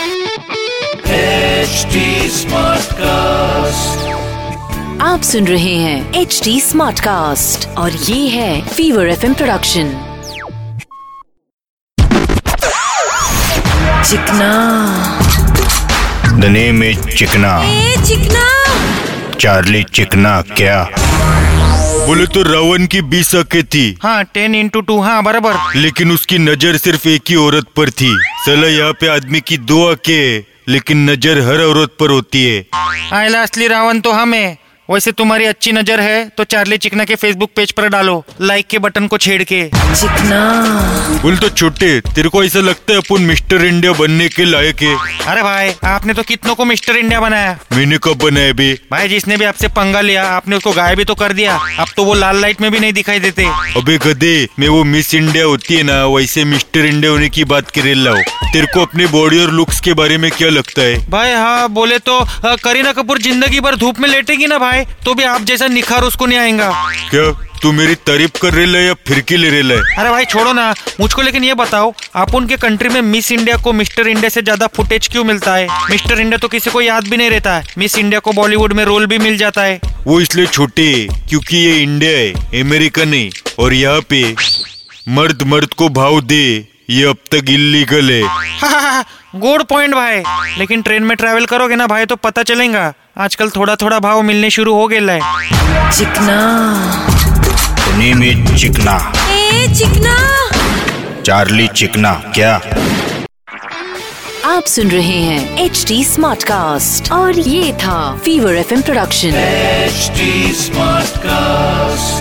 HD हाँ, Smartcast. आप सुन रहे हैं एच डी स्मार्ट कास्ट और ये है fever F production Chikna The name is Chikna ए चिकना चार्ली चिकना क्या बोले तो रावण की बीस आंखें थी हाँ टेन इंटू टू हाँ बराबर लेकिन उसकी नजर सिर्फ एक ही औरत पर थी सला यहाँ पे आदमी की दो आंखें है लेकिन नजर हर औरत पर होती है आयला असली रावण तो हम है वैसे तुम्हारी अच्छी नजर है तो चार्ली चिकना के फेसबुक पेज पर डालो लाइक के बटन को छेड़ के चिकना बोले तो छोटे तेरे को ऐसा लगता है अपन मिस्टर इंडिया बनने के लायक है अरे भाई आपने तो कितनों को मिस्टर इंडिया बनाया मैंने कब बनाया बे भाई जिसने भी आपसे पंगा लिया आपने उसको गायब भी तो कर दिया अब तो वो लाल लाइट में भी नहीं दिखाई देते अबे गधे मैं वो मिस इंडिया होती है ना वैसे मिस्टर इंडिया होने की बात कर रहा हूँ तेरे को अपने बॉडी और लुक्स के बारे में क्या लगता है भाई हाँ बोले तो अ, करीना कपूर जिंदगी भर धूप में लेटेगी ना भाई तो भी आप जैसा निखार उसको नहीं आएगा क्या तू मेरी तारीफ कर रहे है या फिरकी ले रहे है अरे भाई छोड़ो ना मुझको लेकिन ये बताओ आप उनके कंट्री में मिस इंडिया को मिस्टर इंडिया से ज्यादा फुटेज क्यों मिलता है मिस्टर इंडिया तो किसी को याद भी नहीं रहता है मिस इंडिया को बॉलीवुड में रोल भी मिल जाता है वो इसलिए छोटे है क्योंकि ये इंडिया है अमेरिका नहीं और यहाँ पे मर्द मर्द को भाव दे ये अब तक इलीगल है गुड पॉइंट भाई लेकिन ट्रेन में ट्रैवल करोगे ना भाई तो पता चलेगा आजकल थोड़ा थोड़ा भाव मिलने शुरू हो गया है चिकना नेम इज चिकना ए चिकना चार्ली चिकना क्या आप सुन रहे हैं एच डी स्मार्ट कास्ट और ये था fever F production HD Smartcast.